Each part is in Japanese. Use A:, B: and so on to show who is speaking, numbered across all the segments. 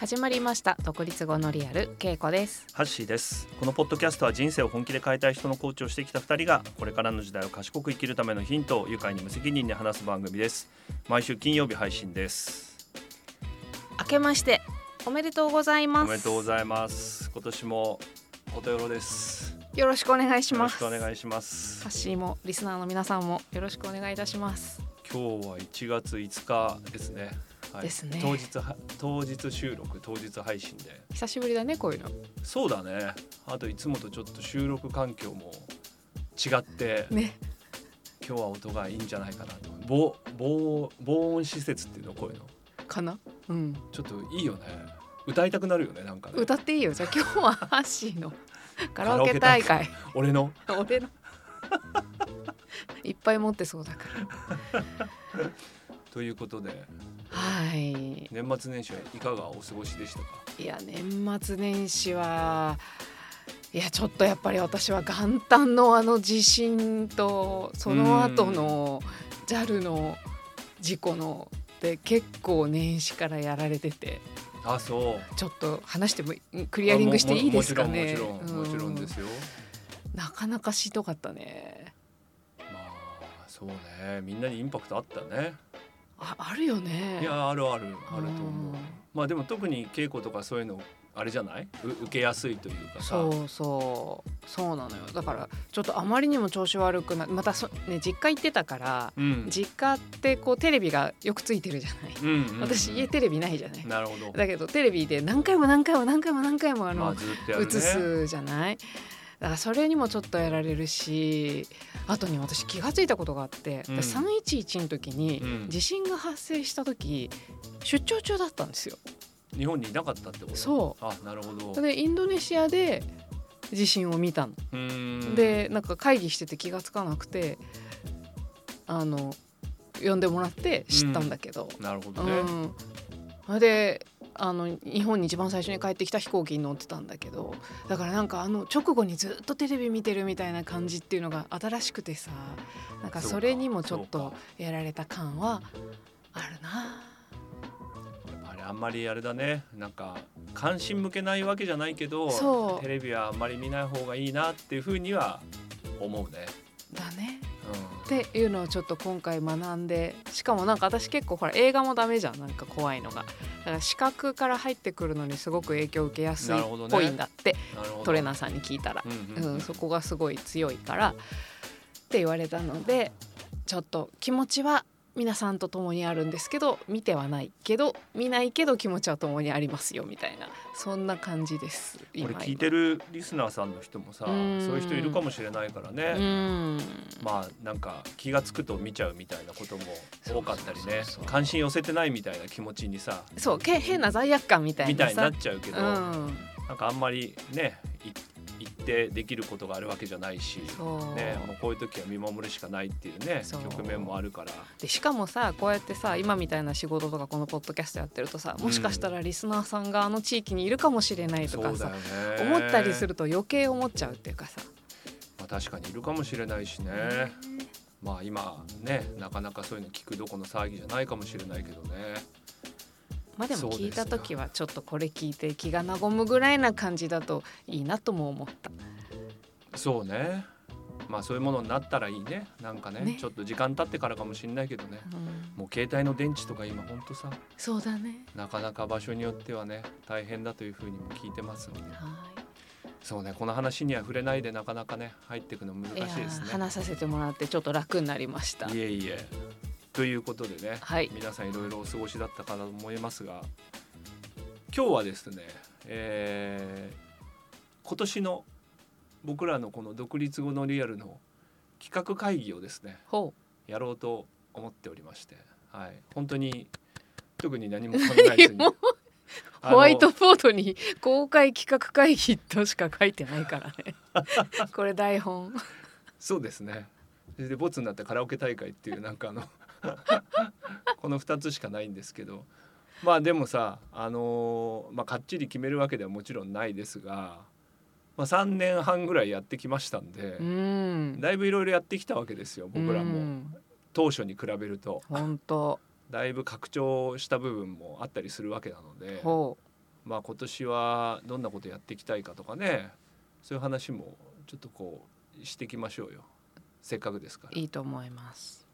A: 始まりました独立後のリアルけいこです
B: ハッシーですこのポッドキャストは人生を本気で変えたい人のコーチをしてきた2人がこれからの時代を賢く生きるためのヒントを愉快に無責任に話す番組です毎週金曜日配信です
A: 明けましておめでとうござい
B: お
A: ます
B: めでとうございます今年もおとよろです
A: よろしくお願いし
B: よろ
A: ま
B: し
A: す
B: くお願
A: い
B: いします
A: 私もリスナーの皆さんもよろしくお願いいたします
B: 今日は1月5日ですねはい
A: ですね
B: 当日は当日収録当日配信で
A: 久しぶりだねこういうの
B: そうだねあといつもとちょっと収録環境も違って
A: ね
B: 今日は音がいいんじゃないかなと防防防音施設っていうのこういうの
A: かなうん
B: ちょっといいよね歌いたくなるよねなんかね
A: 歌っていいよじゃあ今日はハッシーの カラオケ大会
B: 俺の
A: 俺の いっぱい持ってそうだから
B: ということで
A: はい
B: 年末年始はいかがお過ごしでしたか
A: いや年末年始はいやちょっとやっぱり私は元旦のあの地震とその後の JAL の事故ので結構年始からやられてて
B: あそう
A: ちょっと話してもんクリアリングしていいですかね
B: あもももちろんもちろんもちろんですよ
A: うんなかなかしんどかったね
B: まあそうねみんなにインパクトあったね
A: ああるよね
B: いやあるあるある
A: う
B: と思う
A: ん
B: まあでも特に稽古とかそういうのあれじゃないう受けやすいというかさ
A: そうそうそうなのよだからちょっとあまりにも調子悪くなまたそ、ね、実家行ってたから
B: うん
A: 実家ってこうテレビがよくついてるじゃない、
B: うんうんうん
A: 私家テレビないじゃない、
B: なるほど
A: だけどテレビで何回も何回も何回も何回もあ
B: まあ
A: の
B: ずっとや
A: 映、
B: るね
A: すじゃないだからそれにもちょっとやられるしあとに私気がついたことがあって、
B: うん
A: 311の時に
B: うん
A: 地震が発生した時出張中だったんですよ。
B: 日本にいなかったってこと
A: そう
B: あなるほど
A: それでインドネシアで地震を見たの。
B: うーん
A: でなんか会議してて気がつかなくてあの呼んでもらって知ったんだけど、
B: なるほどね、
A: うん、それであの日本に一番最初に帰ってきた飛行機に乗ってたんだけどだからなんかあの直後にずっとテレビ見てるみたいな感じっていうのが新しくてさなんかそれにもちょっ
B: そう
A: と
B: か
A: やられた感はあるな。
B: あれあんまりあれだねなんか関心向けないわけじゃないけど
A: そう
B: テレビはあんまり見ない方がいいなっていうふうには思うね。
A: だね
B: うん
A: っていうのをちょっと今回学んでしかもなんか私結構ほら映画もダメじゃんなんか怖いのがだから視覚から入ってくるのにすごく影響を受けやすい
B: なるほど
A: っ
B: ね
A: ぽいんだって、
B: なるほど
A: トレーナーさんに聞いたら
B: うんうん
A: うん、そこがすごい強いからって言われたのでちょっと気持ちは皆さんと共にあるんですけど見てはないけど見ないけど気持ちは共にありますよみたいなそんな感じです
B: これ
A: 今
B: 聞いてるリスナーさんの人もさ
A: う
B: そうんいう人いるかもしれないから
A: う
B: ね、
A: ん
B: まあなんか気が付くと見ちゃうみたいなことも多かったりね
A: そうそうそう
B: 関心寄せてないみたいな気持ちにさ
A: そうけ変な罪悪感みたい
B: みた
A: ない
B: にな
A: さ
B: っちゃうけど、
A: うん
B: なんかあんまりねい行ってできることがあるわけじゃないし。
A: そう
B: ね、もうこういう時は見守るしかないっていうね
A: そう
B: 局面もあるから
A: でしかもさこうやってさ今みたいな仕事とかこのポッドキャストやってるとさもしかしたらリスナーさんがあの地域にいるかもしれないと
B: そ
A: か
B: うだ
A: さ
B: よね
A: 思ったりすると余計思っちゃうっていうかさ。
B: まあ、確かにいるかもしれないしねまあ今ねなかなかそういうの聞くどこの騒ぎじゃないかもしれないけどね
A: まあで
B: そ
A: も
B: うですか
A: 聞いた時はちょっとこれ聞いて気が和むぐらいな感じだといいなとも思った。
B: そうねまあそういうものになったらいいねなんかね
A: ね
B: ちょっと時間経ってからかもしれないけどね
A: うん
B: もう携帯の電池とか今ほんとさ
A: そうだね。
B: なかなか場所によってはね大変だというふうにも聞いてますので
A: は
B: そうねこの話には触れないでなかなかね入っていくの難
A: い。いや
B: しいです
A: ー
B: ね。
A: 話させてもらってちょっと楽になりました。
B: いえいえということでね、
A: はい
B: 皆さんいろいろお過ごしだったかと思いますが今日はですね、えー今年の僕らのこの独立後のリアルの企画会議をですね
A: ほ
B: やろうと思っておりまして、はい、本当に特に何も考えず
A: う。
B: に
A: もう
B: あの
A: ホワイトボードに公開企画会議としか書いてないから ね。これ台本。
B: そうですねそれでボツになってカラオケ大会っていうなんかあの この2つしかないんですけどまあでもさあのーまあ、かっちり決めるわけではもちろんないですが、まあ、3年半ぐらいやってきましたんで
A: う、ん。
B: だいぶいろいろやってきたわけですよ僕ら
A: う
B: も
A: ん。
B: 当初に比べると
A: 本当。
B: だいぶ拡張した部分もあったりするわけなので
A: ほ
B: まあ、今年はどんなことやっていきたいかとかねそういう話もちょっとこうしていきましょうよせっかくですから。
A: いいと思います。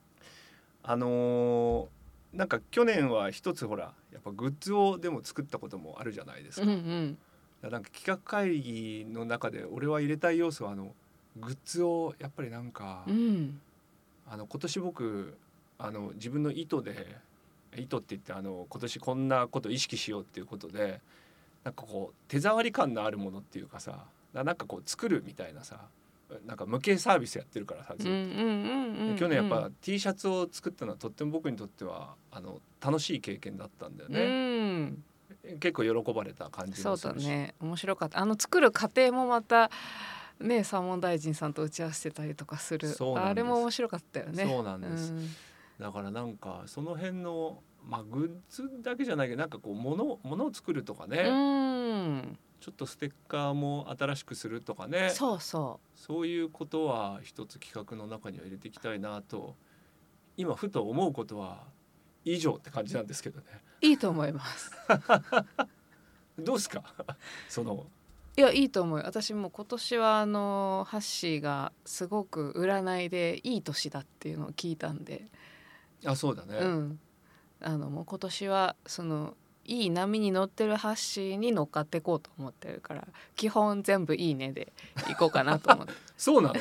B: あのーなんか去年は一つほらやっぱグッズをでも作ったこともあるじゃないです
A: う
B: か。
A: んうん。
B: なんか企画会議の中で俺は入れたい要素はあのグッズをやっぱりなんか、
A: うん。
B: あの今年僕あの自分の意図で意図って言ってあの今年こんなこと意識しようっていうことでなんかこう手触り感のあるものっていうかさななんかこう作るみたいなさなんか無形サービスやってるからさずっ
A: うん
B: と
A: うんうんうん。
B: 去年やっぱ T シャツを作ったのはとっても僕にとってはあの楽しい経験だったんだよ
A: う
B: ね、
A: ん。
B: 結構喜ばれた感じ
A: そ
B: も
A: う
B: す
A: だ
B: るし
A: ね。面白かった。あの作る過程もまた。ね、サーモン大臣さんと打ち合わせてたりとかする。
B: そうなんで
A: あれ
B: す
A: も面白かったよね。
B: そうなんです
A: うん
B: だからなんかその辺のまあグッズだけじゃないけどなんかこう物物を作るとかね、
A: うん。
B: ちょっとステッカーも新しくするとかねそう
A: そうそ
B: いうことは一つ企画の中には入れていきたいなと今ふと思うことは以上って感じなんですけどね
A: う。いいと思います。
B: どうですか その
A: いやいいと思うよ私も今年はあのハッシーがすごく占いでいい年だっていうのを聞いたんで、
B: あそうだね、
A: うん、あのもう今年はそのいい波に乗ってるハッシーに乗っかっていこうと思ってるから基本全部「いいね」でいこうかなと思って
B: そうなの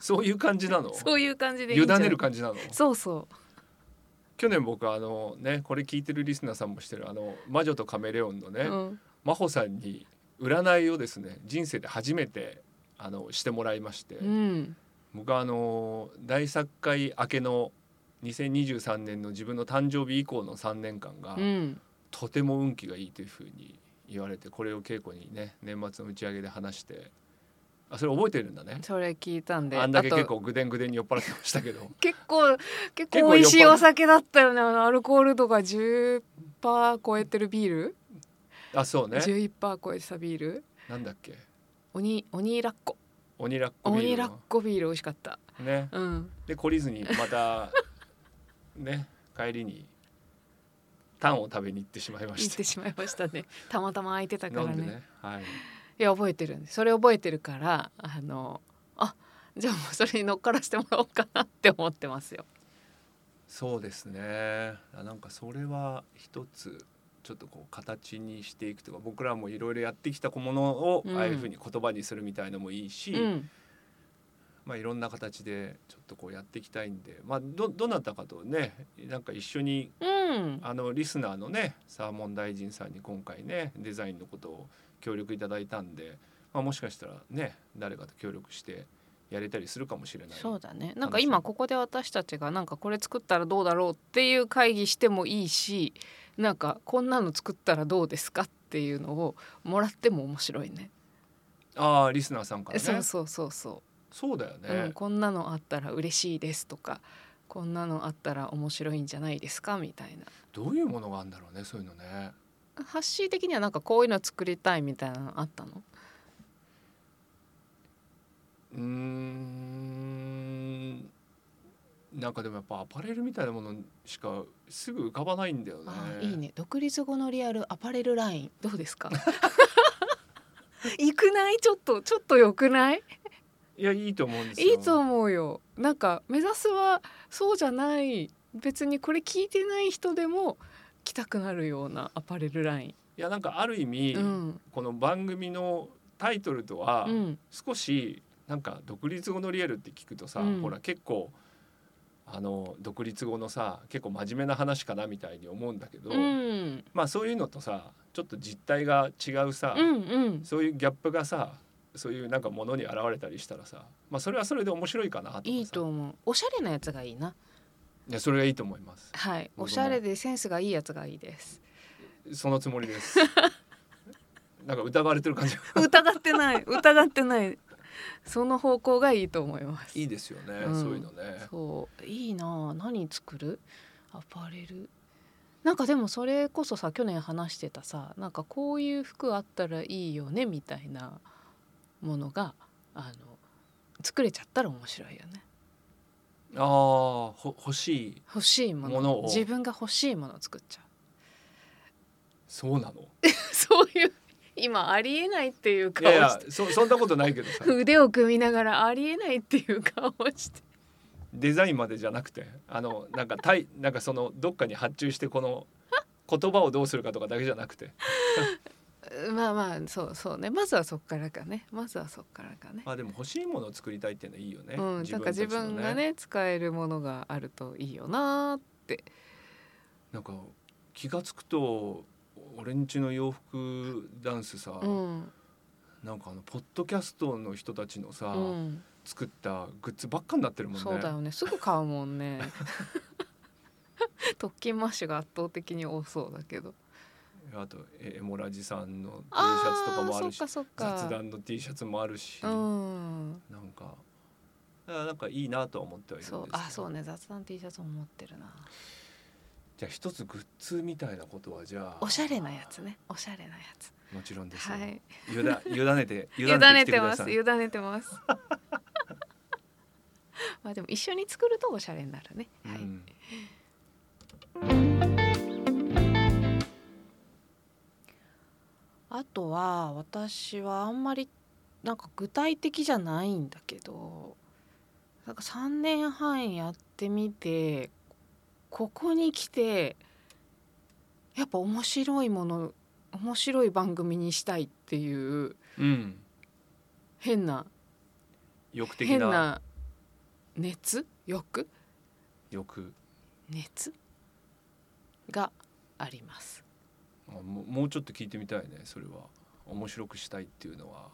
B: そういう感じなの
A: そういう感じでいい
B: 委
A: んじゃない
B: ねる感じなの
A: そうそう
B: 去年僕あのねこれ聞いてるリスナーさんもしてるあの魔女とカメレオンのね、
A: うん
B: 真帆さんに占いをですね人生で初めてあのしてもらいまして、
A: うん
B: 僕はあの大作会明けの2023年の自分の誕生日以降の3年間が、
A: うん
B: とても運気がいいというふうに言われてこれを稽古にね年末の打ち上げで話してあそれ覚えてるんだね
A: それ聞いたんで
B: あんだけ
A: あと
B: 結構ぐでんぐでんに酔っ払ってましたけど
A: 結構結
B: 結構
A: 構美味しい
B: 酔っ払う
A: お酒だったよねあのアルコール度が10%超えてるビール
B: あそうね
A: 11%超えてたビール
B: なんだっけ
A: 鬼鬼ラッコ
B: 鬼ラッコビ
A: 鬼
B: ール
A: ラッコビール美味しかった
B: のね
A: うん
B: で懲りずにまたね帰りにタンを食べに行ってしまいま
A: 行
B: し
A: っててしまいましたねたまたま空いてたか
B: 飲
A: ら
B: ん
A: ね
B: でねはい
A: いや覚えてるんですそれ覚えてるからあのあじゃあもうそれに乗っからしてもらおうかなって思ってますよ
B: そうですねあなんかそれは一つちょっとこう形にしていくとか僕らもいろいろやってきたものを
A: うん
B: ああいうふうに言葉にするみたいのもいいし、
A: うん
B: まあ、いろんな形でちょっとこうやっていきたいんで、まあ、どどなたかとねなんか一緒に
A: うん
B: あのリスナーのねサーモン大臣さんに今回ねデザインのことを協力いただいたんで、まあ、もしかしたらね誰かと協力してやれたりするかもしれない
A: そうだねなんか今ここで私たちがなんかこれ作ったらどうだろうっていう会議してもいいしなんかこんなの作ったらどうですかっていうのをもらっても面白いね
B: ああリスナーさんからね
A: そうそうそうそう
B: そうだよね、
A: うん、こんなのあったら嬉しいですとかこんなのあったら面白いんじゃないですかみたいな
B: どういうものがあるんだろうねそういうのね
A: 発信的にはなんかこういうの作りたいみたいなのあったの
B: うーんなんかでもやっぱアパレルみたいなものしかすぐ浮かばないんだよね
A: あーいいね独立後のリアルアパレルラインどうですか 行くないちょっとちょっと良くない
B: いやいいと思うんですよ
A: いいと思うよなんか目指すはそうじゃない別にこれ聞いてない人でも来たくなるようなアパレルライ
B: いやなんかある意味、
A: ン、うん
B: この番組のタイトルとは
A: うん、
B: 少しなんか独立後のリアルって聞くとさ、
A: うん
B: ほら結構あの独立後のさ結構真面目な話かなみたいに思うんだけど、
A: うん
B: まあそういうのとさちょっと実態が違うさ、
A: うんうん
B: そういうギャップがさそういうなんかものに現れたりしたらさ、まあ、それはそれで面白いかなとかさ
A: いいと思うおしゃれなやつがいいない
B: やそれがいいと思います
A: はい、
B: 僕も
A: おしゃれでセンスがいいやつがいいです。
B: そのつもりです なんか疑われてる感じが
A: 疑ってない、疑ってない。その方向がいいと思います。
B: いいですよね、
A: うん
B: そういうのね
A: そう、いいなあ、何作る。アパレル。なんかでもそれこそさ去年話してたさなんかこういう服あったらいいよねみたいなものがあの作れちゃったら面白いよね
B: ああほ欲しい
A: 欲しいもの
B: ものを
A: 自分が欲しいものを作っちゃ
B: そうなの
A: そういう今ありえないっていう
B: い
A: 顔
B: やい
A: し
B: や
A: て
B: そそんなことないけどさ
A: 腕を組みながらありえないっていう顔 して
B: デザインまでじゃなくてあのなんかたいなんかそのどっかに発注してこの言葉をどうするかとかだけじゃなくて
A: まあまあそうそうねまずはそっからかねまずはそっからかね
B: まあでも欲しいものを作りたいっていうのはいいよね。
A: うん、なんか自
B: たちの
A: 分がね使えるものがあるといいよなーって
B: なんか気がつくと俺んちの洋服ダンスさ、
A: うん
B: なんかあのポッドキャストの人たちのさ、
A: うん
B: 作ったグッズばっかになってるもんね。
A: そうだよねすぐ買うもんね 特勤マッシュが圧倒的に多そうだけど
B: あとえエモラジさんの T シャツとか
A: ああ
B: もあ
A: そ
B: る
A: っ
B: し
A: かそっか
B: 雑談の T シャツもあるし、
A: うん
B: なんかだからなんかいいなとは思ってはいるんですけ
A: そ
B: ど
A: うあそうね雑談 T シャツも持ってるな
B: じゃあ一つグッズみたいなことはじゃあ
A: おしゃれなやつねおしゃれなやつ
B: もちろんですよ、
A: はい
B: ゆ だ委ねて委
A: 委
B: ね
A: ねて
B: てきてくだ
A: ま
B: さ
A: す
B: い
A: 委ねてます まあでも一緒に作るとおしゃれになるね、
B: う
A: はい
B: ん
A: あとは私はあんまりなんか具体的じゃないんだけどなんか3年半やってみてここに来てやっぱ面白いもの面白い番組にしたいっていう
B: うん、
A: 変な
B: 欲的
A: 変
B: な
A: な熱欲
B: 欲
A: 熱があります。
B: あもうもうちょっと聞いてみたいねそれは面白くしたいっていうのは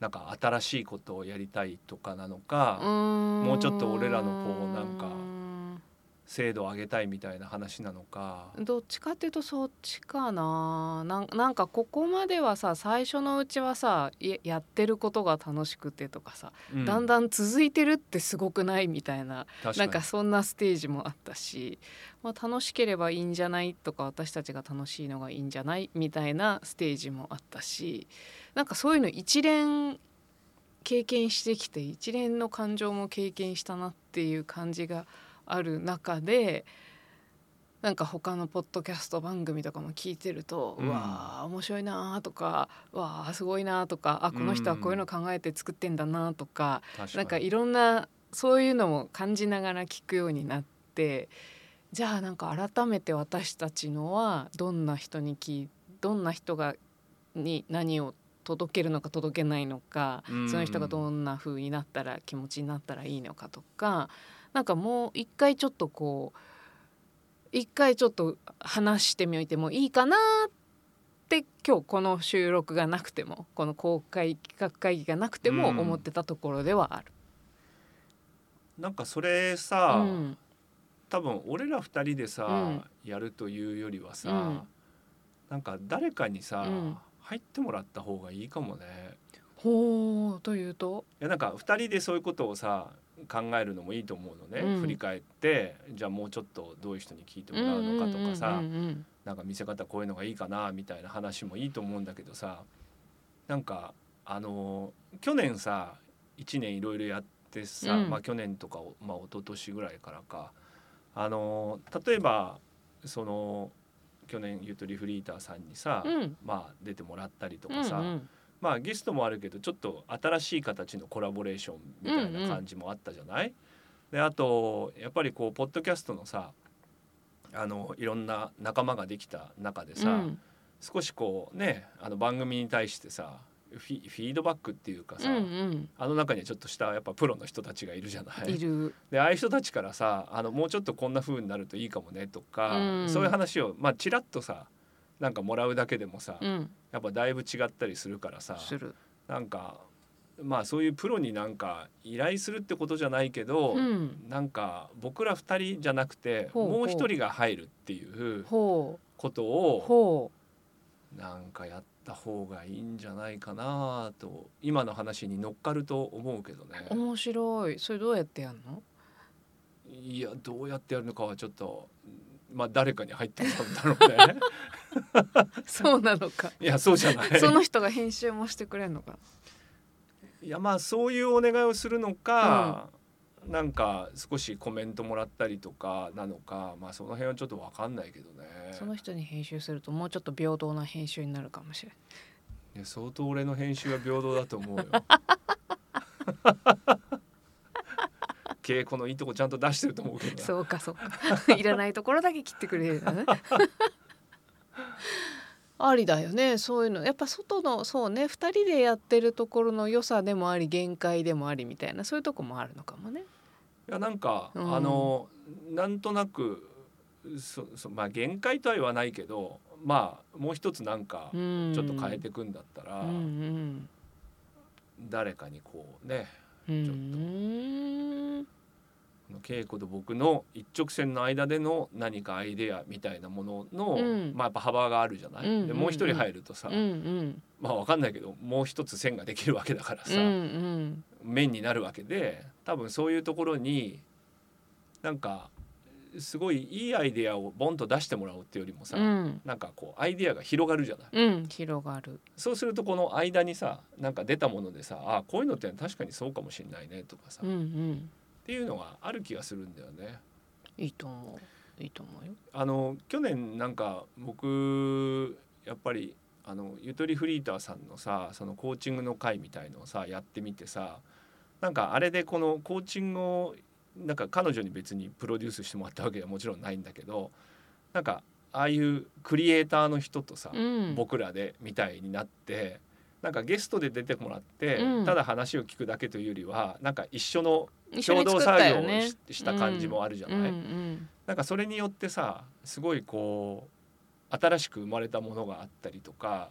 B: なんか新しいことをやりたいとかなのか、も
A: も
B: うちょっと俺らのこうなんか精度を上げたいみたいな話なのか、
A: どっちかっていうとそっちかななんなんかここまではさ最初のうちはさややってることが楽しくてとかさ、
B: う
A: だんだん続いてるってすごくないみたいな
B: 確か
A: なん
B: に
A: かそんなステージもあったし、まあ、楽しければいいんじゃないとか私たちが楽しいのがいいんじゃないみたいなステージもあったしなんかそういうの一連経験してきて一連の感情も経験したなっていう感じがある中でなんか他のポッドキャスト番組とかも聞いてると、
B: う
A: うんわあ面白いなーとかうわあすごいなーとかあこの人はこういうの考えて作ってんだなーとか、
B: 確
A: なんか
B: に
A: いろんなそういうのも感じながら聞くようになってじゃあなんか改めて私たちのはどんな人に聞いどんな人がに何を届けるのか届けないのか、
B: うん
A: その人がどんな風になったら気持ちになったらいいのかとかなんかもう一回ちょっとこう一回ちょっと話してみてもいいかなって今日この収録がなくてもこの公開企画会議がなくても
B: うん
A: 思ってたところではある。
B: なんかそれさ、
A: うん
B: 多分俺ら二人でさ、
A: うん
B: やるというよりはさ、
A: うん
B: なんか誰かにさ、
A: うん
B: 入ってもらった方がいいかもね。
A: ほうというと、
B: いやなんか2人でそういうことをさ考えるのもいいと思うのね、
A: うん
B: 振り返ってじゃあもうちょっとどういう人に聞いてもらうのかとかさ、
A: うんうんうん
B: なんか見せ方こういうのがいいかなみたいな話もいいと思うんだけどさなんかあのー去年さ1年いろいろやってさ、
A: うん
B: まあ、去年とかおまあ一昨年ぐらいからかあのー例えばその去年ゆとりフリーターさんにさ、
A: うんうん
B: まあ、出てもらったりと
A: うん
B: かさ、
A: うん
B: まあゲストもあるけどちょっと新しい形のコラボレーションみたいな感じもあったじゃない、であとやっぱりこうポッドキャストのさあのいろんな仲間ができた中でさ、
A: うん
B: 少しこうねあの番組に対してさフィフィードバックっていうかさ、
A: うん
B: あの中にはちょっとしたやっぱプロの人たちがいるじゃな
A: うん、いる、
B: でああいう人たちからさあのもうちょっとこんな風になるといいかもねとか、
A: うん
B: そういう話をまあちらっとさなんかもらうだけでもさ、
A: うん、
B: やっぱだいぶ違ったりするからさ
A: する、
B: なんかまあそういうプロになんか依頼するってことじゃないけど、
A: うん、
B: なんか僕ら2人じゃなくて
A: ほうほう
B: もう一人が入るっていう
A: ほ
B: こと
A: う
B: を
A: ほ
B: なんかやった方がいいんじゃないかなと今の話に乗っかると思うけど
A: う
B: ね
A: 面白いそれどうやってやる の
B: いやどうやってやるのかはちょっとまあ誰かに入ってもらうんだろう ね
A: そうなのか
B: いやそうじゃない
A: その人が編集もしてくれるのか
B: いやまあそういうお願いをするのか、なんか少しコメントもらったりとかなのかまあその辺はちょっとわかんないけど
A: その
B: ね
A: 人に編集するともうちょっと平等な編集になるかもしれない
B: いや相当俺の編集は平等だと思うよ稽古のいいとこちゃんと出してると思うけどな
A: そうか そうかいらないところだけ切ってくれるんだね ありだよねそういうのやっぱ外のそうね2人でやってるところの良さでもあり限界でもありみたいなそういうとこもあるのかもね。
B: いやなんか、
A: うん
B: あのなんとなくそそまあ限界とは言わないけどまあもう一つなんか
A: う
B: ち
A: ん、
B: ょっと変えていくんだったら、
A: うんうん
B: 誰かにこうね
A: うん
B: ちょっとこの稽古と僕の一直線の間での何かアイデアみたいなものの、
A: うん
B: まあやっぱ幅があるじゃない、
A: うん
B: でもう一人入るとさ、
A: うんうん
B: まあわかんないけどもう一つ線ができるわけだからさ、
A: うんうん
B: 面になるわけで多分そういうところになんかすごいいいアイデアをボンと出してもらおうっていうよりもさ、
A: うん
B: なんかこうアイデアが広がるじゃない
A: うん広がる。
B: そうするとこの間にさなんか出たものでさあこういうのって確かにそうかもしれないねとかさ、
A: うん
B: っ
A: うん
B: ていうのがある気がするんだよね。
A: いいと思ういいと思うよ。
B: あの去年なんか僕やっぱりあのゆとりフリーターさんのさそのコーチングの会みたいのをさやってみてさなんかあれでこのコーチングをなんか彼女に別にプロデュースしてもらったわけではもちろんないんだけどなんかああいうクリエイターの人とさ、
A: うん、
B: 僕らでみたいになってなんかゲストで出てもらって、
A: うん
B: ただ話を聞くだけというよりはなんか一緒の
A: 一緒
B: 共
A: に
B: 同
A: 作っ
B: 作
A: た
B: 業
A: よ
B: をし,、
A: ね
B: した感じもあるじゃない、
A: うんうん
B: なんかそれによってさすごいこう新しく生まれたものがあったりとか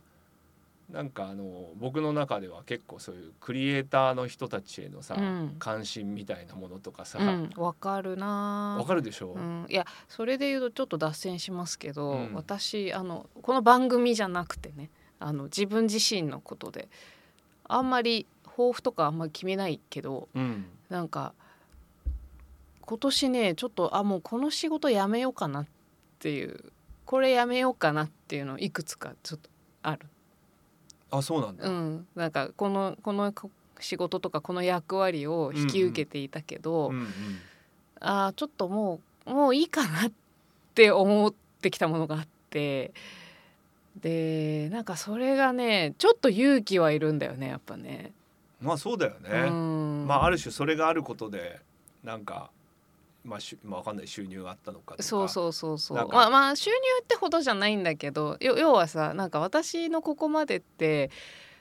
B: なんかあの僕の中では結構そういうクリエイターの人たちへのさ、
A: うん
B: 関心みたいなものとかさ、
A: うん、わかるな
B: わかるでしょ、
A: うん、いやそれで言うとちょっと脱線しますけど、
B: うん
A: 私あのこの番組じゃなくてねあの自分自身のことであんまり抱負とかあんまり決めないけど
B: うん
A: なんか今年ねちょっとあもうこの仕事やめようかなっていうこれやめようかなっていうのいくつかちょっとある。
B: あそうなんだ、
A: うん、なんかこのこの仕事とかこの役割を引き受けていたけど、
B: うんうん
A: あーちょっともうもういいかなって思ってきたものがあってでなんかそれがねちょっと勇気はいるんだよねやっぱね。
B: まあそうだよね、
A: うん
B: まあある種それがあることでなんかまあしゅまあわかんない収入があったのかとか
A: そうそうそうそ
B: なん
A: う
B: か
A: まあまあ収入ってほどじゃないんだけどよ要はさなんか私のここまでって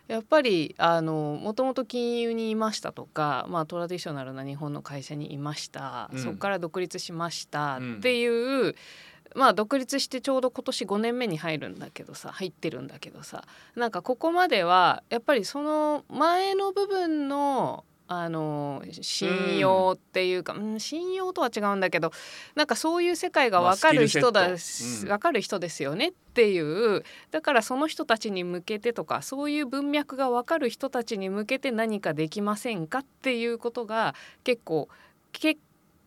A: やっぱりあのもともと金融にいましたとか、まあ、トラディショナルな日本の会社にいました、
B: うん
A: そこから独立しました
B: うん
A: っていう、まあ独立してちょうど今年5年目に入るんだけどさ入ってるんだけどさなんかここまではやっぱりその前の部分のあの信用っていうか、うん、信用とは違うんだけどなんかそういう世界が分かる人
B: ま
A: だ
B: あスキルセッ
A: し、
B: トうん
A: 分かる人ですよねっていうだからその人たちに向けてとかそういう文脈が分かる人たちに向けて何かできませんかっていうことが結構け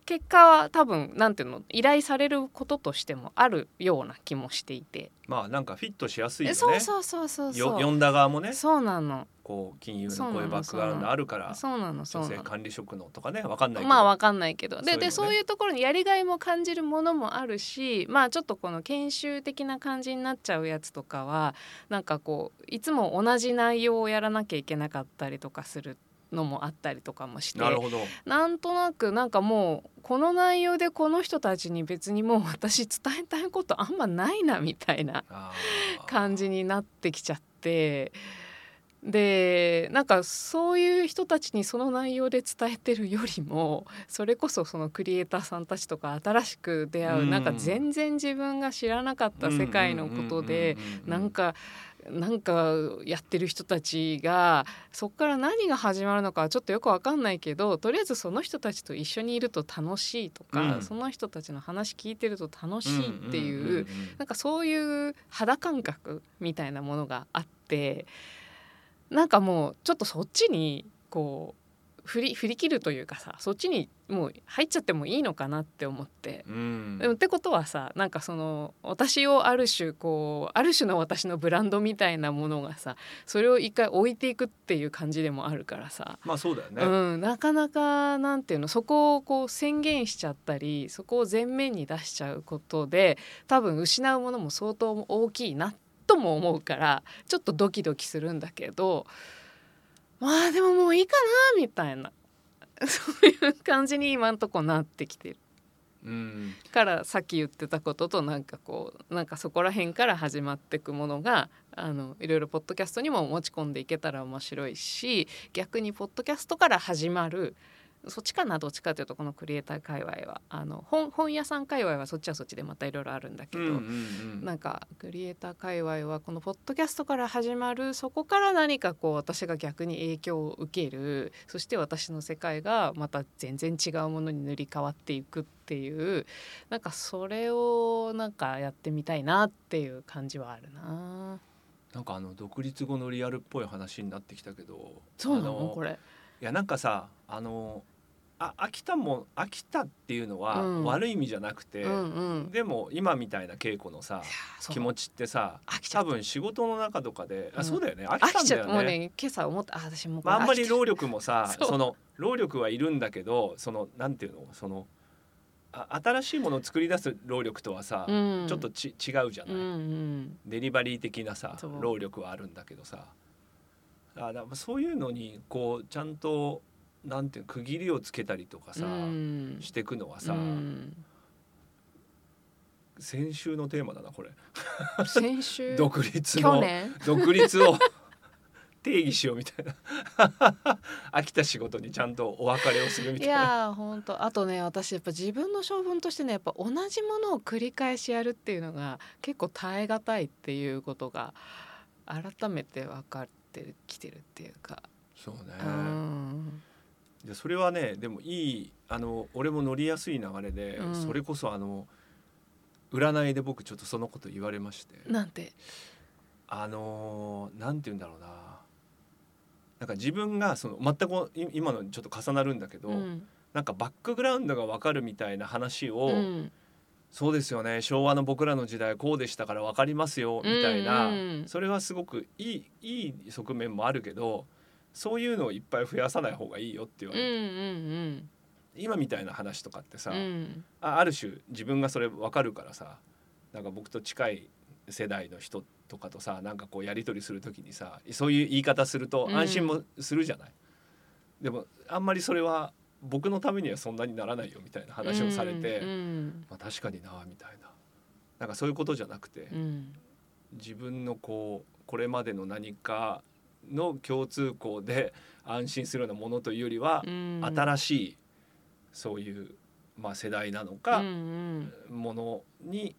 A: 結果は多分なんていうの依頼されることとしてもあるような気もしていて、
B: まあなんかフィットしやすいよ
A: え
B: ね
A: そうそうそうそう
B: よ
A: そう
B: 呼んだ側もね
A: そうなの
B: こう金融
A: そ
B: の
A: う
B: こ
A: な
B: ういう
A: の
B: バックグラウンドあるから
A: そうなのそう
B: 女
A: な
B: 性
A: の
B: 管理職のとかねわかんないけど、
A: まあわかんないけどで
B: そういうのね
A: でそういうところにやりがいも感じるものもあるしまあちょっとこの研修的な感じになっちゃうやつとかはなんかこういつも同じ内容をやらなきゃいけなかったりとかするのもあったりとかもして
B: なるほど
A: なんとなくなんかもうこの内容でこの人たちに別にもう私伝えたいことあんまないなみたいな
B: あー
A: 感じになってきちゃってでなんかそういう人たちにその内容で伝えてるよりもそれこそそのクリエイターさんたちとか新しく出会う、
B: うん
A: なんか全然自分が知らなかった世界のことで、
B: う
A: なんかなんかやってる人たちがそこから何が始まるのかはちょっとよくわかんないけどとりあえずその人たちと一緒にいると楽しいとか、
B: うん
A: その人たちの話聞いてると楽しいっていう,、
B: んんんん
A: なんかそういう肌感覚みたいなものがあってなんかもうちょっとそっちにこう振り振り切るというかさそっちにもう入っちゃってもいいのかなって思って。
B: うん
A: でもってことはさなんかその私をある種こうある種の私のブランドみたいなものがさそれを一回置いていくっていう感じでもあるからさ、
B: まあそうだよね、
A: うん、なかなかなんていうのそこをこう宣言しちゃったりそこを前面に出しちゃうことで多分失うものも相当大きいなとも思うからちょっとドキドキするんだけどまあでももういいかなみたいな そういう感じに今んとこなってきてる。
B: うん、
A: からさっき言ってたこととなんかこうなんかそこら辺から始まっていくものがあのいろいろポッドキャストにも持ち込んでいけたら面白いし逆にポッドキャストから始まるそっちかなどっちかというとこのクリエイター界隈はあの本本屋さん界隈はそっちはそっちでまたいろいろあるんだけ
B: う
A: ど、
B: んうんう
A: なんんかクリエイター界隈はこのポッドキャストから始まるそこから何かこう私が逆に影響を受けるそして私の世界がまた全然違うものに塗り替わっていくっていうなんかそれをなんかやってみたいなっていう感じはあるな。
B: なんかあの独立後のリアルっぽい話になってきたけど
A: そうな
B: あ
A: のこれ。
B: いやなんかさあのあ秋田も秋田っていうのは
A: うん
B: 悪い意味じゃなくて、
A: うんうん。
B: でも今みたいな稽古のさ気持
A: ち
B: ちってさ
A: 飽きちゃ
B: 多
A: った。
B: 分仕事の中とかで、
A: うん
B: あそうだよね飽き
A: 飽
B: た
A: き
B: ん
A: ち
B: だ
A: ゃっ
B: よ
A: た。もう
B: ね
A: ね今朝思ったあ私もうこ
B: ま
A: れ
B: あ、あんま
A: 飽
B: り
A: きた
B: 労力もさ
A: そう
B: その労力はいるんだけどそのなんていうのそのあ新しいものを作り出す労力とはさ、
A: うん
B: ちょっとち違うじゃな
A: うん
B: い、
A: うん。
B: デリバリー的なさ
A: そう
B: 労力はあるんだけどさあだそういうのにこうちゃんとなんていうの区切りをつけたりとかさ、
A: うん
B: していくのはさ、
A: うん
B: 先週のテーマだなこれ
A: 先週
B: 独立
A: 去
B: の
A: 年
B: 独立を 定義しようみたいな 飽きた仕事にちゃんとお別れをするみ
A: い
B: たいな。
A: やー本当あとね私やっぱ自分の性分としてねやっぱ同じものを繰り返しやるっていうのが結構耐え難いっていうことが改めて分かってきてるっていうか、
B: そうね
A: うん
B: でそれはねでもいいあの俺も乗りやすい流れで、
A: うん
B: それこそあの占いで僕ちょっとそのこと言われまして
A: なんて
B: あのーなんて言うんだろうななんか自分がその全くい今のにちょっと重なるんだけど、
A: うん
B: なんかバックグラウンドが分かるみたいな話を、
A: うん
B: そうですよね昭和の僕らの時代こうでしたから分かりますよみたいな、
A: うんうん
B: それはすごくいいいい側面もあるけどそういうのをいっぱい増やさない方がいいよって言わ
A: うんう
B: れて、
A: ん
B: 今みたいな話とかってさ、
A: うん
B: あある種自分がそれ分かるからさなんか僕と近い世代の人とかとさなんかこうやり取りする時にさそういう言い方すると
A: うん
B: 安心もするじゃない、でもあんまりそれは僕のためにはそんなにならないよみたいな話をされて、
A: うん
B: まあ、確かになみたいななんかそういうことじゃなくて、
A: うん
B: 自分のこうこれまでの何かの共通項で安心するようなものというよりは
A: う、ん
B: 新しいそういう、まあ、世代なのか、
A: うんうん
B: ものに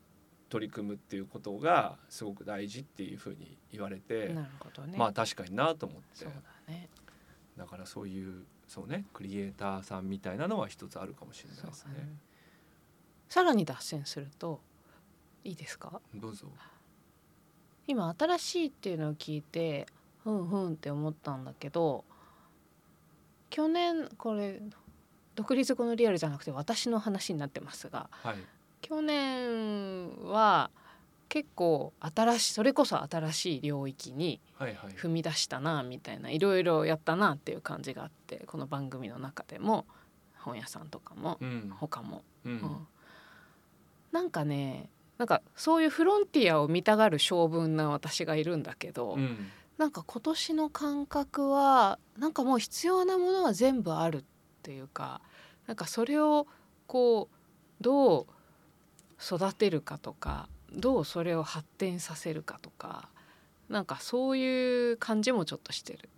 B: 取り組むっていうことがすごく大事っていうふうに言われて、
A: なるほどね
B: まあ確かになと思って
A: そうだね
B: だからそういうそうねクリエイターさんみたいなのは一つあるかもしれないです
A: そうだね
B: ね。
A: さらに脱線するといいですか
B: どうぞ。
A: 今新しいっていうのを聞いてふんふんって思ったんだけど去年これ独立後のリアルじゃなくて私の話になってますが
B: はい。
A: 去年は結構新しいそれこそ新しい領域に
B: はいはい。
A: 踏み出したなみたいないろいろやったなっていう感じがあってこの番組の中でも本屋さんとかも
B: うん。
A: 他も
B: う。
A: うんんなんかねなんかそういうフロンティアを見たがる性分な私がいるんだけど、
B: うん。
A: なんか今年の感覚はなんかもう必要なものは全部あるっていうかなんかそれをこうどう育てるかとかどうそれを発展させるかとかなんかそういう感じもちょっとしてる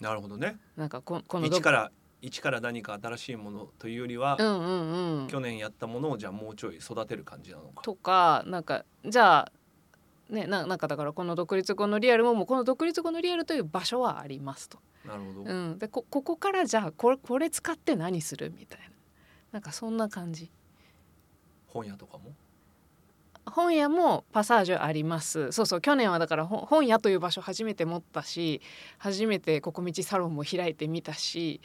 B: なるほどね。
A: なんかここのど
B: 一から一から何か新しいものというよりは、
A: うんうんうん
B: 去年やったものをじゃあもうちょい育てる感じなのか。
A: とかなんかじゃあねななんかだからこの独立後のリアルももうこの独立後のリアルという場所はありますと、
B: なるほど。
A: うん、でこここからじゃあこれこれ使って何するみたいななんかそんな感じ
B: 本屋とかも。
A: 本屋もパサージュありますそうそう去年はだからほ本屋という場所初めて持ったし初めてここみちサロンも開いてみたし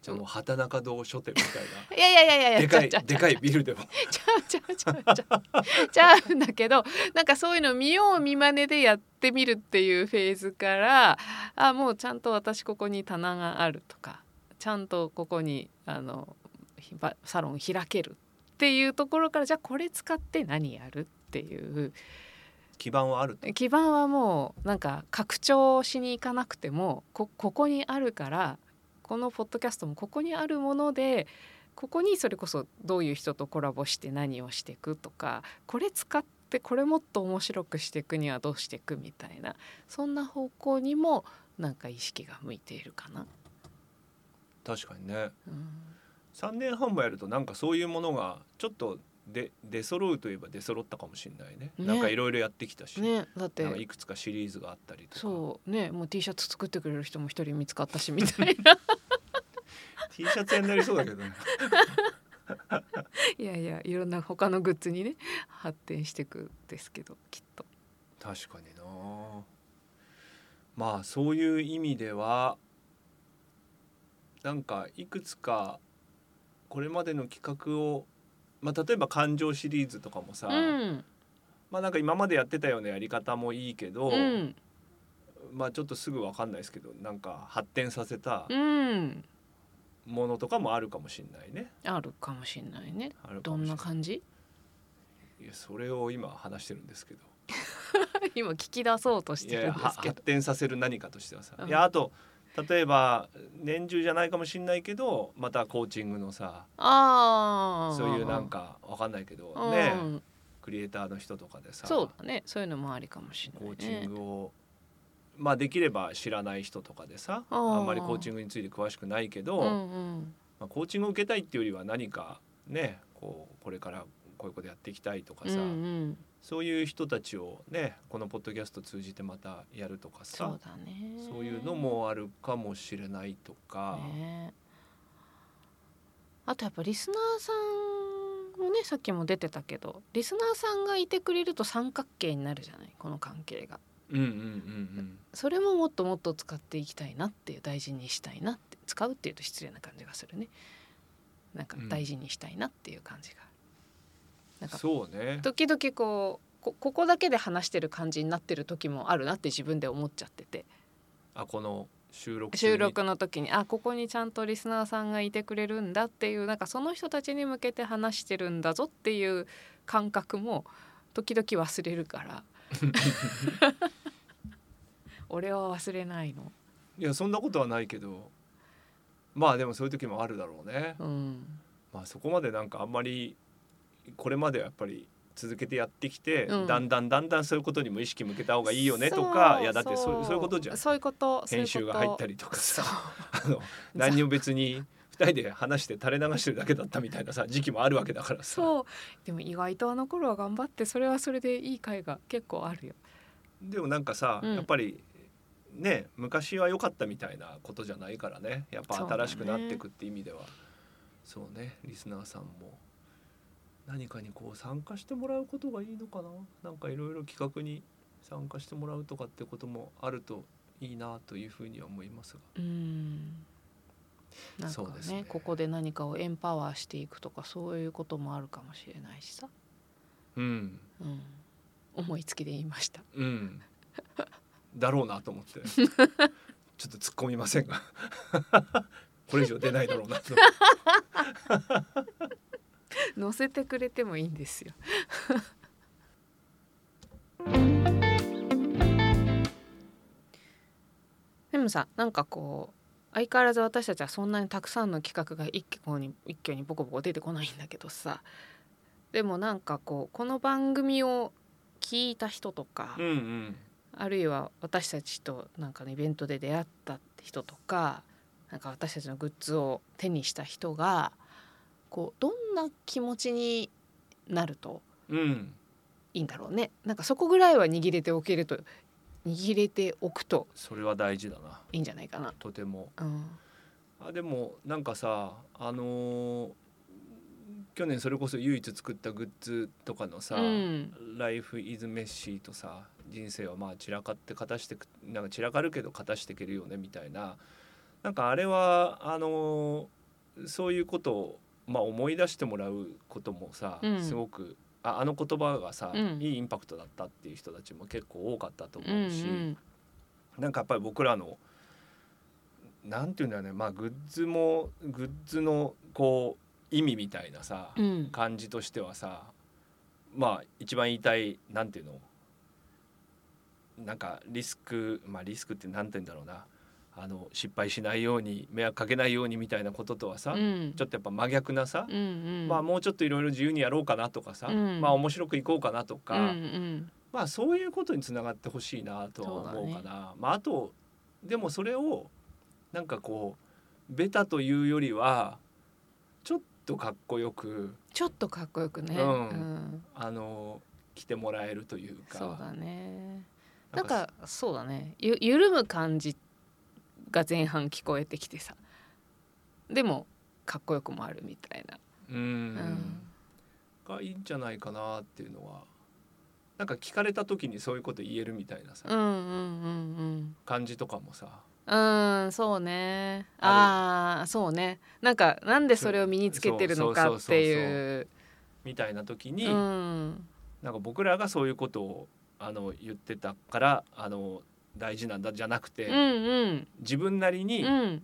B: じゃあもう畑中堂書店み たいな。
A: いやいやいやいやいや
B: でかい
A: ちゃうち
B: で
A: ゃう
B: かいビルでも
A: ちゃうちゃうちゃうちゃうちゃうんだけどなんかそういうの見よう見まねでやってみるっていうフェーズからあもうちゃんと私ここに棚があるとかちゃんとここにあのひばサロン開けるっていうところからじゃあこれ使って何やるっていう
B: 基盤はある
A: 基盤はもうなんか拡張しに行かなくてもこここにあるからこのポッドキャストもここにあるものでここにそれこそどういう人とコラボして何をしていくとかこれ使ってこれもっと面白くしていくにはどうしていくみたいなそんな方向にもなんか意識が向いているかな。
B: 確かにね
A: うん
B: 3年半もやるとなんかそういうものがちょっとで出揃うといえば出揃ったかもしれないね
A: ね
B: なんかいろいろやってきたし、
A: ね、だっ
B: なんかい
A: て
B: くつかシリーズがあったりとか
A: そうねもう T シャツ作ってくれる人も一人見つかったしみたいな
B: T シャツ屋になりそうだけど ね
A: いやいやいろんな他のグッズにね発展していくですけどきっと。
B: 確かになまあそういう意味ではなんかいくつかこれまでの企画を、まあ、例えば「感情」シリーズとかもさ、
A: うん
B: まあなんか今までやってたようなやり方もいいけど、
A: うん
B: まあちょっとすぐ分かんないですけどなんか発展させた
A: うん
B: ものとかもあるかもしれないね。
A: あるかもしれないね
B: あるか
A: ど
B: も
A: ん
B: し
A: な
B: れ
A: い感じ
B: いやそれを今話してるんですけど
A: 今聞き出そうとし
B: い
A: て
B: やいや
A: るんで
B: は
A: すけど
B: 発展させる何かとしてはさ、
A: うん
B: いやあと例えば年中じゃないかもしれないけどまたコーチングのさ
A: ああ
B: そういうなんか分かんないけど
A: うん
B: ねクリエイターの人とかでさ
A: そうだねそういうのもありかもしれ
B: コ
A: な
B: ー
A: い
B: チ
A: ね
B: ングを、まあできれば知らない人とかでさ
A: あー
B: あんまりコーチングについて詳しくないけど、
A: うんうん
B: まあ、コーチングを受けたいっていうよりは何かねこうこれからこういうことやっていきたいとか
A: う
B: さ、
A: んうん
B: そういう人たちをねこのポッドキャスト通じてまたやるとか
A: そ
B: さ
A: うだね
B: そういうのもあるかもしれないとか、
A: ねあとやっぱリスナーさんもねさっきも出てたけどリスナーさんがいてくれると三角形になるじゃないこの関係が
B: うんうんうん
A: それももっともっと使っていきたいなっていう大事にしたいなって使うっていうと失礼な感じがするねなんか
B: うん
A: 大事にしたいなっていう感じが、
B: う
A: なん
B: ん
A: か
B: そうね
A: 時々こうこここだけで話してる感じになってる時もあるなって自分で思っちゃってて
B: あこの収録中に
A: 収録の時にあここにちゃんとリスナーさんがいてくれるんだっていうなんかその人たちに向けて話してるんだぞっていう感覚も時々忘れるから 俺は忘れないの。
B: いやそんなことはないけどまあでもそういう時もあるだろうね、
A: うん
B: まあ、そこまでなんかあんまりこれまではやっぱり続けてやってきて、
A: うん
B: だんだんだんだんそういうことにも意識向けた方がいいよねとか
A: そう
B: いやだってそうそういうことじゃん
A: そういうこと
B: 編集が入った
A: り
B: りとかさ あの何にも別に2人で話して垂れ流してるだけだったみたいなさ時期もあるわけだからさ
A: そうでも意外とあの頃は頑張ってそれはそれでいい回が結構あるよ
B: でもなんかさ、
A: うん
B: やっぱりね昔は良かったみたいなことじゃないからねやっぱ新しくなっていくって意味ではそうねリスナーさんも何かにこう参加してもらうことがいいのかななんかいろいろ企画に参加してもらうとかってこともあるといいなというふうには思いますが
A: うんなんか
B: そう
A: ね
B: ですね
A: ここで何かをエンパワーしていくとかそういうこともあるかもしれないしさ、
B: うん
A: うん、思いつきで言いました
B: うんだろうなと思って ちょっと突っ込みません がこれ以上出ないだろうなと。
A: 載せてくれてもいいんですよ でもさなんかこう相変わらず私たちはそんなにたくさんの企画が一挙に一挙にボコボコ出てこないんだけどさでもなんかこうこの番組を聞いた人とか、
B: うんうん
A: あるいは私たちとなんかのイベントで出会った人とかなんか私たちのグッズを手にした人がこうどんな気持ちになると
B: うん
A: いいんだろうねなんかそこぐらいは握れておけると握れておくと
B: それは大事だない
A: いんじゃないかな。
B: とても
A: うん、
B: あでもなんかさあのー去年それこそ唯一作ったグッズとかのさ「
A: うん、
B: ライフ・イズ・メッシー」とさ「人生はまあ散らかって片してくなんか散らかるけど片していけるよね」みたいななんかあれはあのーそういうことを、まあ、思い出してもらうこともさ、
A: うん
B: すごくああの言葉がさ、
A: うん
B: いいインパクトだったっていう人たちも結構多かったと
A: うんう
B: 思うし。
A: ん
B: なんかやっぱり僕らのなんていうんだろうねまあグッズもグッズのこう意味みたいなさ、
A: うん
B: 感じとしてはさまあ一番言いたいなんていうのなんかリスクまあリスクってなんて言うんだろうなあの失敗しないように迷惑かけないようにみたいなこととはさ、
A: うん
B: ちょっとやっぱ真逆なさ、
A: うん
B: まあもうちょっといろいろ自由にやろうかなとかさ、
A: うん
B: まあ面白くいこうかなとか、
A: うんうん
B: まあそういうことにつながってほしいなとは思うか
A: そう
B: な。まああとでもそれをなんかこうベタというよりはちょっとかっこよく
A: ちょっとかっこよくね、
B: うん
A: うん
B: あの着てもらえるというか。
A: そうだね
B: な
A: なんん
B: か
A: かそうだねゆ緩む感じが前半聞こえてきてさでもかっこよくもあるみたいな
B: うん、がいいんじゃないかなっていうのは。なんか聞かれた時にそういうこと言えるみたいなさ、
A: うんうんうんうん
B: 感じとかもさ
A: うんそうねああーそうねなんかなんでそれを身につけてるのかっていう
B: みたいな時
A: う
B: に、
A: ん
B: なんか僕らがそういうことをあの言ってたからあの大事なんだじゃなくて、
A: うんうん
B: 自分なりに、
A: うん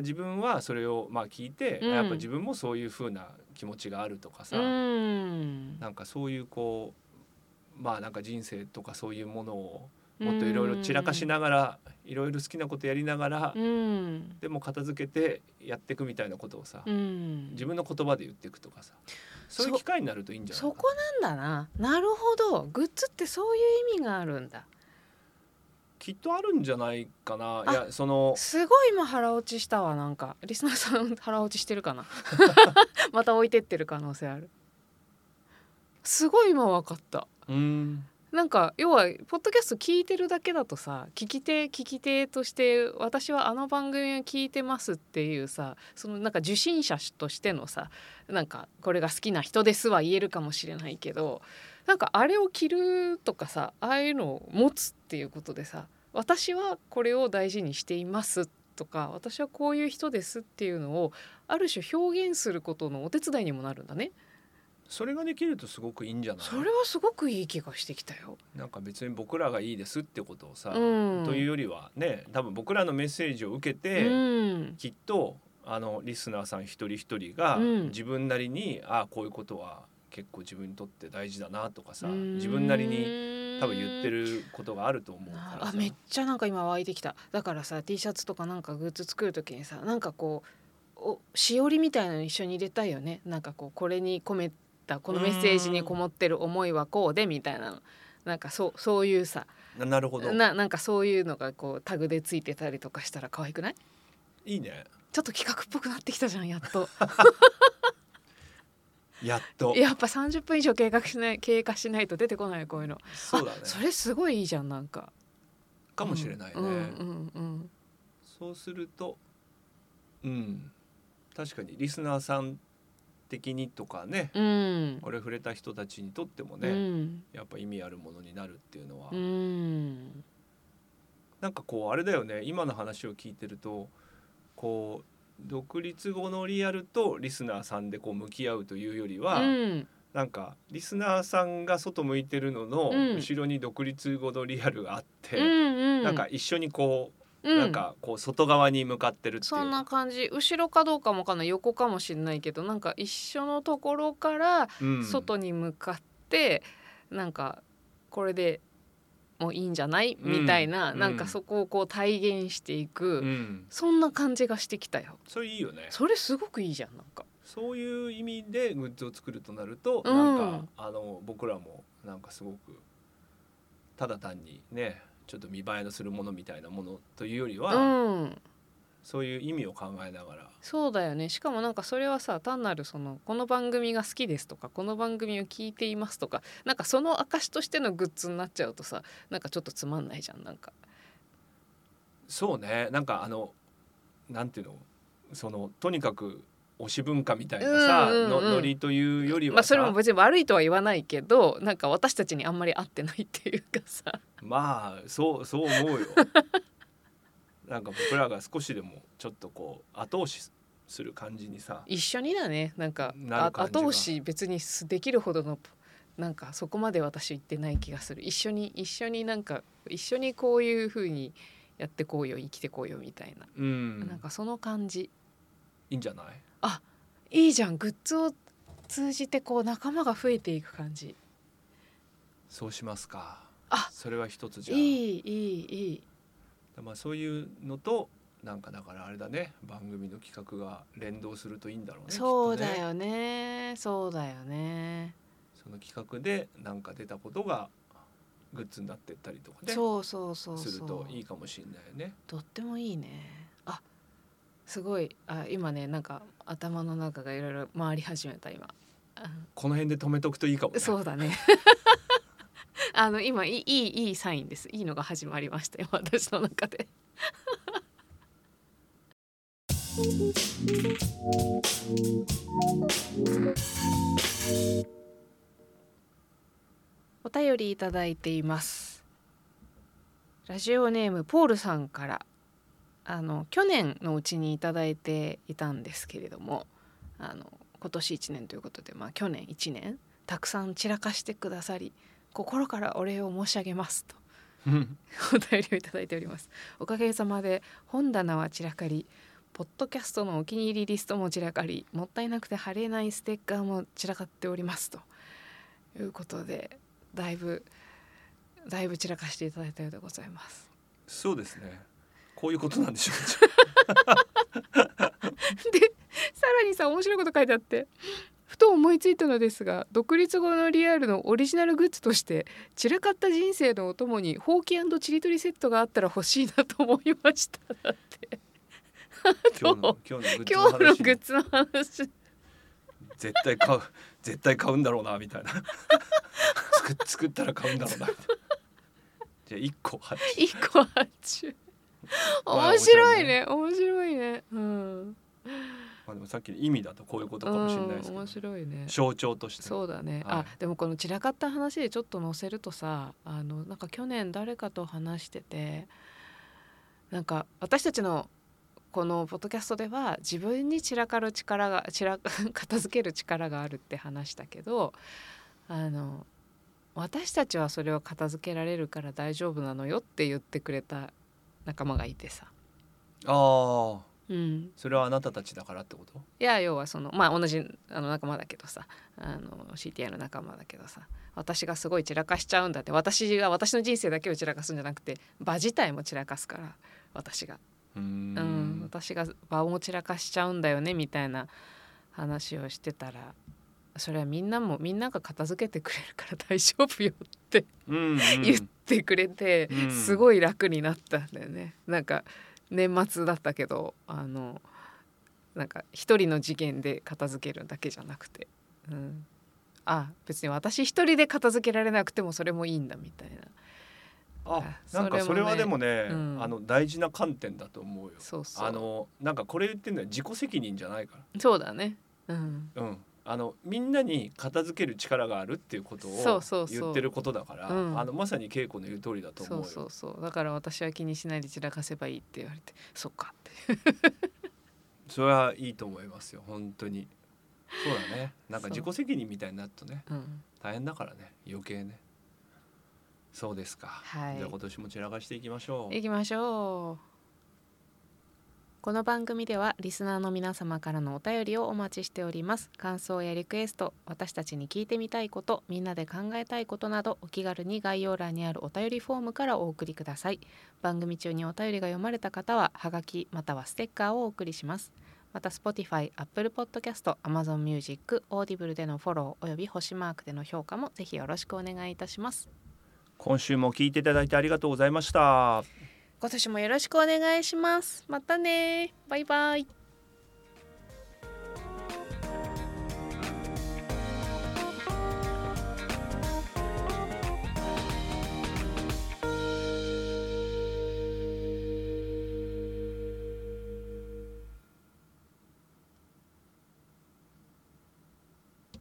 B: 自分はそれをまあ聞いて、
A: うん
B: やっぱ自分もそういう風な気持ちがあるとかさ、
A: うん
B: なんかそういうこうまあなんか人生とかそういうものをもっといろいろ散らかしながらいろいろ好きなことやりながら、
A: うん
B: でも片付けてやっていくみたいなことをさ、
A: うん
B: 自分の言葉で言っていくとかさそういう機会になるといいんじゃないか
A: そ
B: な
A: こなんだななるほどグッズってそういう意味があるんだ
B: きっとあるんじゃないかな
A: あ
B: いやその
A: すごい今腹落ちしたわなんかリスナーさん腹落ちしてるかな また置いてってる可能性あるすごい今分かった
B: うん
A: なんか要はポッドキャスト聞いてるだけだとさ聞き手聞き手として私はあの番組を聞いてますっていうさそのなんか受信者としてのさなんかこれが好きな人ですは言えるかもしれないけどなんかあれを着るとかさああいうのを持つっていうことでさ私はこれを大事にしていますとか私はこういう人ですっていうのをある種表現することのお手伝いにもなるんだね。
B: それができるとすごくいいんじゃない
A: それはすごくいい気がしてきたよ。
B: なんか別に僕らがいいですってことをさ、
A: うん、
B: というよりはね多分僕らのメッセージを受けて、
A: うん
B: きっとあのリスナーさん一人一人が
A: うん
B: 自分なりに、ああこういうことは結構自分にとって大事だなとかさ
A: うーん
B: 自分なりに多分言ってることがあると思う
A: な
B: から
A: あ
B: さ
A: めっちゃなんか今湧いてきただからさ T シャツとかなんかグッズ作る時にさなんかこうおしおりみたいなの一緒に入れたいよねなんかこうこれに込めたこのメッセージにこもってる思いはこうでみたいなのなんかそうそういうさ
B: ななるほど
A: ななんかそういうのがこうタグでついてたりとかしたら可愛くない
B: いいね
A: ちょっと企画っぽくなってきたじゃんやっ と
B: やっと
A: やっぱ30分以上経過しない経過しないと出てこないこういうの
B: そうだね
A: あそれすごいいいじゃんなんか
B: かもしれないね、
A: うんうんうん
B: そうするとうん確かにリスナーさん的にとかね、
A: うん
B: これ触れた人たちにとってもね、
A: うん
B: やっぱ意味あるものになるっていうのは、
A: うん
B: なんかこうあれだよね今の話を聞いてるとこう独立後のリアルとリスナーさんでこう向き合うというよりは、
A: うん
B: なんかリスナーさんが外向いてるのの
A: うん
B: 後ろに独立後のリアルがあって、
A: うん
B: なんか一緒にこう、
A: うん
B: なんかこう外側に向かってるっていう
A: そんな
B: か、
A: 感じ後ろかどうかもわかんない横かもしれないけどなんか一緒のところから
B: うん
A: 外に向かって、なんかこれでもういいんじゃない
B: うん
A: みたいな、
B: うん
A: なんかそこをこう体現していく、
B: うん、
A: そんな感じがしてきたよ
B: それいいよね
A: それすごくいいじゃんなんか
B: そういう意味でグッズを作るとなると、
A: うん
B: なんかあの僕らもなんかすごくただ単にねちょっと見栄えのするものみたいなものというよりは、
A: うん
B: そういう意味を考えながら
A: そうだよねしかもなんかそれはさ単なるそのこの番組が好きですとかこの番組を聞いていますとかなんかその証としてのグッズになっちゃうとさなんかちょっとつまんないじゃんなんか
B: そうねなんかあのなんていうのそのとにかく推し文化みたいなさ、
A: うんうんうん
B: のノリというより
A: まあ
B: は
A: そ
B: さ、
A: れも別に悪いとは言わないけどなんか私たちにあんまり合ってないっていうかさ
B: まあそうそう思 うよなんか僕らが少しでもちょっとこう後押しする感じにさ
A: 一緒にだねなんか
B: なる
A: あ
B: 感じが
A: 後押し別にすできるほどのなんかそこまで私言ってない気がする一緒に一緒になんか一緒にこういう風にやってこうよ生きてこうよみたいな、
B: うん
A: なんかその感じ
B: いいんじゃない
A: いいじゃんグッズを通じてこう仲間が増えていく感じ
B: そうしますか
A: あ
B: それは一つじ
A: い
B: ゃあ
A: いいいいい
B: まあ、そういうのとなんかだからあれだね番組の企画が連動するといいんだろうね
A: そう
B: きっと
A: だよ
B: ね
A: ねそうだよね
B: その企画でなんか出たことがグッズになってったりとかね
A: そうそうそうそう
B: するといいかもしれないよね
A: とってもいいねあすごいあ今ねなんか頭の中がいろいろ回り始めた今あ
B: この辺で止めとくといいかも、ね、
A: そうだね あの今いいいいいいサインですいいのが始まりましたよ私の中で お便りいただいていますラジオネームポールさんからあの去年のうちにいただいていたんですけれどもあの今年1年ということで、まあ、去年1年たくさん散らかしてくださり心からお礼を申し上げますと
B: うん
A: お便りをいただいておりますおかげさまで本棚は散らかりポッドキャストのお気に入りリストも散らかりもったいなくて貼れないステッカーも散らかっておりますということでだいぶだいぶ散らかしていただいたようでございます。
B: そうですねこういうことなんでしょう
A: でさらにさ面白いこと書いてあってふと思いついたのですが独立後のリアルのオリジナルグッズとして散らかった人生のお供にほうきちりとりセットがあったら欲しいなと思いましただって
B: 今日の今日のグッズの
A: 今
B: 話
A: 日のグッズの 話
B: 絶対買う絶対買うんだろうなみたいな 作っ作ったら買うんだろうなみたいなじゃあ一個発注
A: 一個発注面白いね面白いねうん
B: まあでもさっきの意味だとこういうことかもしれないです
A: う
B: け
A: ん
B: ど、
A: 面白いね
B: 象徴として
A: そうだね、
B: はい
A: あでもこの散らかった話でちょっと載せるとさあのなんか去年誰かと話しててなんか私たちのこのポッドキャストでは自分に散らかる力が散ら 片付ける力があるって話したけどあの私たちはそれを片付けられるから大丈夫なのよって言ってくれた仲間がいてさ、
B: ああ
A: うん、
B: それはあなたたちだからってこと
A: いや要はそのまあ同じあの仲間だけどさあの CTI の仲間だけどさ私がすごい散らかしちゃうんだって私が私の人生だけを散らかすんじゃなくて場自体も散らかすから私が、
B: うーん
A: うん私が場を散らかしちゃうんだよねみたいな話をしてたらそれはみんなもみんなが片付けてくれるから大丈夫よって
B: うんうん
A: 言ってくれて、
B: うん
A: すごい楽になったんだよねなんか年末だったけどあのなんか一人の次元で片付けるだけじゃなくて、うん、あ別に私一人で片付けられなくてもそれもいいんだみたいな
B: あなんか
A: そ
B: そ
A: れ
B: れ
A: もね
B: はでもね、
A: うん
B: あの大事な観点だと思うよ
A: そうそう
B: あのなんかこれ言ってるのは自己責任じゃないか
A: そうだね、うん
B: らうんあのみんなに片付ける力があるっていうこと
A: そうそう
B: を
A: そう
B: 言ってることだから
A: うん
B: あのまさに恵子の言う通りだと思う
A: そ
B: よ
A: うそうそうだから私は気にしないで散らかせばいいって言われてそっかって
B: それはいいと思いますよ本当にそうだねなんか自己責任みたいになるとね
A: うん
B: 大変だからね余計ねそうですか、
A: はい
B: じゃあ今年も散らかしていきましょう
A: 行きましょうこの番組ではリスナーの皆様からのお便りをお待ちしております感想やリクエスト私たちに聞いてみたいことみんなで考えたいことなどお気軽に概要欄にあるお便りフォームからお送りください番組中にお便りが読まれた方はハガキまたはステッカーをお送りしますまた Spotify、Apple Podcast、Amazon Music、Audible でのフォローおよび星マークでの評価もぜひよろしくお願いいたします
B: 今週も聞いていただいてありがとうございました
A: 今年もよろしくお願いします。またね。バイバイ。